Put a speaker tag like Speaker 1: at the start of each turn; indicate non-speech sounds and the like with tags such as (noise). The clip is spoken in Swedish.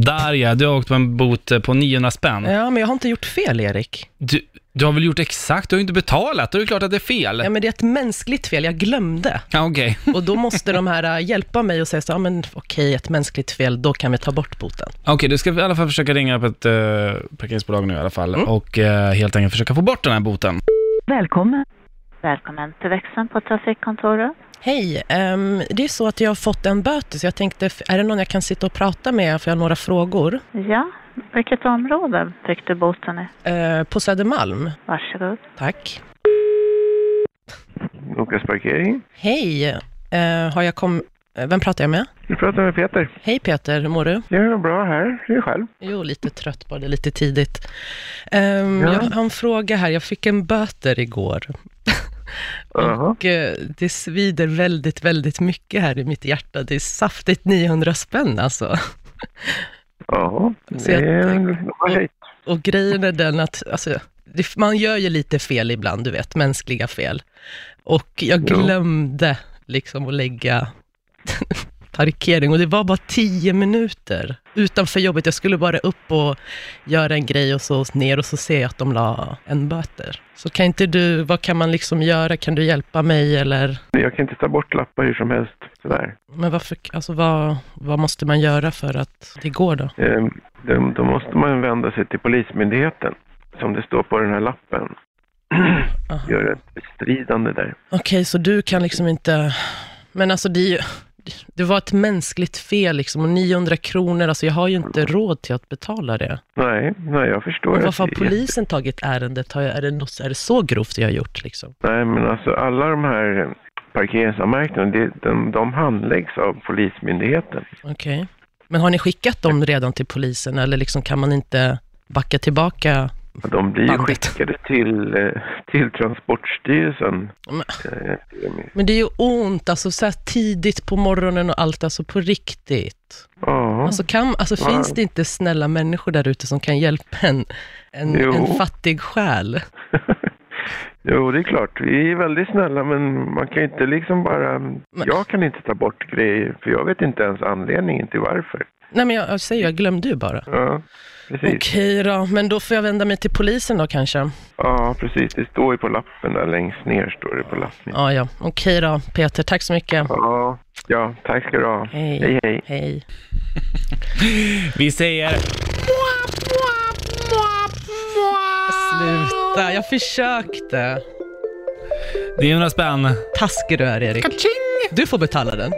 Speaker 1: Där ja, du har åkt på en bot eh, på 900 spänn.
Speaker 2: Ja, men jag har inte gjort fel, Erik.
Speaker 1: Du, du har väl gjort exakt, du har ju inte betalat, då är det klart att det är fel.
Speaker 2: Ja, men det är ett mänskligt fel, jag glömde.
Speaker 1: Ja, okej.
Speaker 2: Och då måste de här äh, hjälpa mig och säga så, ja men okej, ett mänskligt fel, då kan vi ta bort boten.
Speaker 1: Okej, du ska i alla fall försöka ringa upp ett eh, parkeringsbolag nu i alla fall och eh, helt enkelt försöka få bort den här boten.
Speaker 3: Välkommen.
Speaker 4: Välkommen till växeln på trafikkontoret.
Speaker 2: Hej, ehm, det är så att jag har fått en böter, så jag tänkte, f- är det någon jag kan sitta och prata med, för jag har några frågor.
Speaker 4: Ja, vilket område fick du boten i?
Speaker 2: Eh, på Södermalm,
Speaker 4: Varsågod.
Speaker 2: tack.
Speaker 3: Nokas parkering.
Speaker 2: Hej, eh, har jag kom... eh, Vem pratar jag med?
Speaker 3: Du pratar med Peter.
Speaker 2: Hej Peter, hur mår du?
Speaker 3: Jag är bra här. Hur är själv?
Speaker 2: Jo, lite trött bara, det är lite tidigt. Ehm,
Speaker 3: Ja.
Speaker 2: Jag har en fråga här, jag fick en böter igår.
Speaker 3: Jaha.
Speaker 2: Och eh, det svider väldigt, väldigt mycket här i mitt hjärta. Det är saftigt 900 spänn alltså.
Speaker 3: Jaha.
Speaker 2: Så jag
Speaker 3: Det är en- Okej.
Speaker 2: Och grejen är den att, alltså, det, man gör ju lite fel ibland, du vet, mänskliga fel. Och jag
Speaker 3: Jo.
Speaker 2: glömde liksom att lägga (laughs) parkering och det var bara tio minuter utanför jobbet. Jag skulle bara upp och göra en grej och så ner och så ser jag att de la en böter. Så kan inte du, vad kan man liksom göra? Kan du hjälpa mig eller?
Speaker 3: Jag kan inte ta bort lappar hur som helst. Sådär.
Speaker 2: Men varför, alltså vad, vad måste man göra för att det går då?
Speaker 3: Ehm, då- Då måste man vända sig till Polismyndigheten. Som det står på den här lappen.
Speaker 2: (clears throat) Aha.
Speaker 3: Gör ett bestridande där.
Speaker 2: Okej, så du kan liksom inte... Men alltså det, är ju- det var ett mänskligt fel liksom och 900 kronor, alltså jag har ju inte råd till att betala det.
Speaker 3: Nej, nej jag förstår.
Speaker 2: Och
Speaker 3: att
Speaker 2: varför har
Speaker 3: det är-
Speaker 2: polisen tagit ärendet? Har jag, är, det något, är det så grovt jag har gjort liksom?
Speaker 3: Nej, men alltså alla de här parkeringsanmärkningarna, det- de, de handläggs av Polismyndigheten.
Speaker 2: Okej. Men har ni skickat dem redan till polisen eller liksom kan man inte backa tillbaka?
Speaker 3: Och De blir ju
Speaker 2: Bandet.
Speaker 3: skickade till, eh, till Transportstyrelsen.
Speaker 2: Men-
Speaker 3: Eh, till och med.
Speaker 2: Men det är ju ont, alltså så här tidigt på morgonen och allt, alltså på riktigt.
Speaker 3: Ja,
Speaker 2: Alltså, kan, alltså
Speaker 3: Ja.
Speaker 2: finns det inte snälla människor där ute som kan hjälpa en, en,
Speaker 3: Jo.
Speaker 2: en fattig själ?
Speaker 3: (laughs) jo det är klart. Vi är väldigt snälla men man kan ju inte liksom bara... Jag kan inte ta bort grejer för jag vet inte ens anledningen till varför.
Speaker 2: Nej men jag, jag säger jag glömde ju bara.
Speaker 3: Ja, precis.
Speaker 2: Okej då, men då får jag vända mig till polisen då kanske.
Speaker 3: Ja, precis. Det står ju på lappen där längst ner står det på lappen.
Speaker 2: Ja, ja. Okej då, Peter. Tack så mycket.
Speaker 3: Ja, ja tack ska du ha.
Speaker 2: Hej.
Speaker 3: hej. hej.
Speaker 2: Hej.
Speaker 1: Vi säger...
Speaker 2: Sluta, jag försökte.
Speaker 1: 900 spänn.
Speaker 2: Taskig du är, Erik. Du får betala den.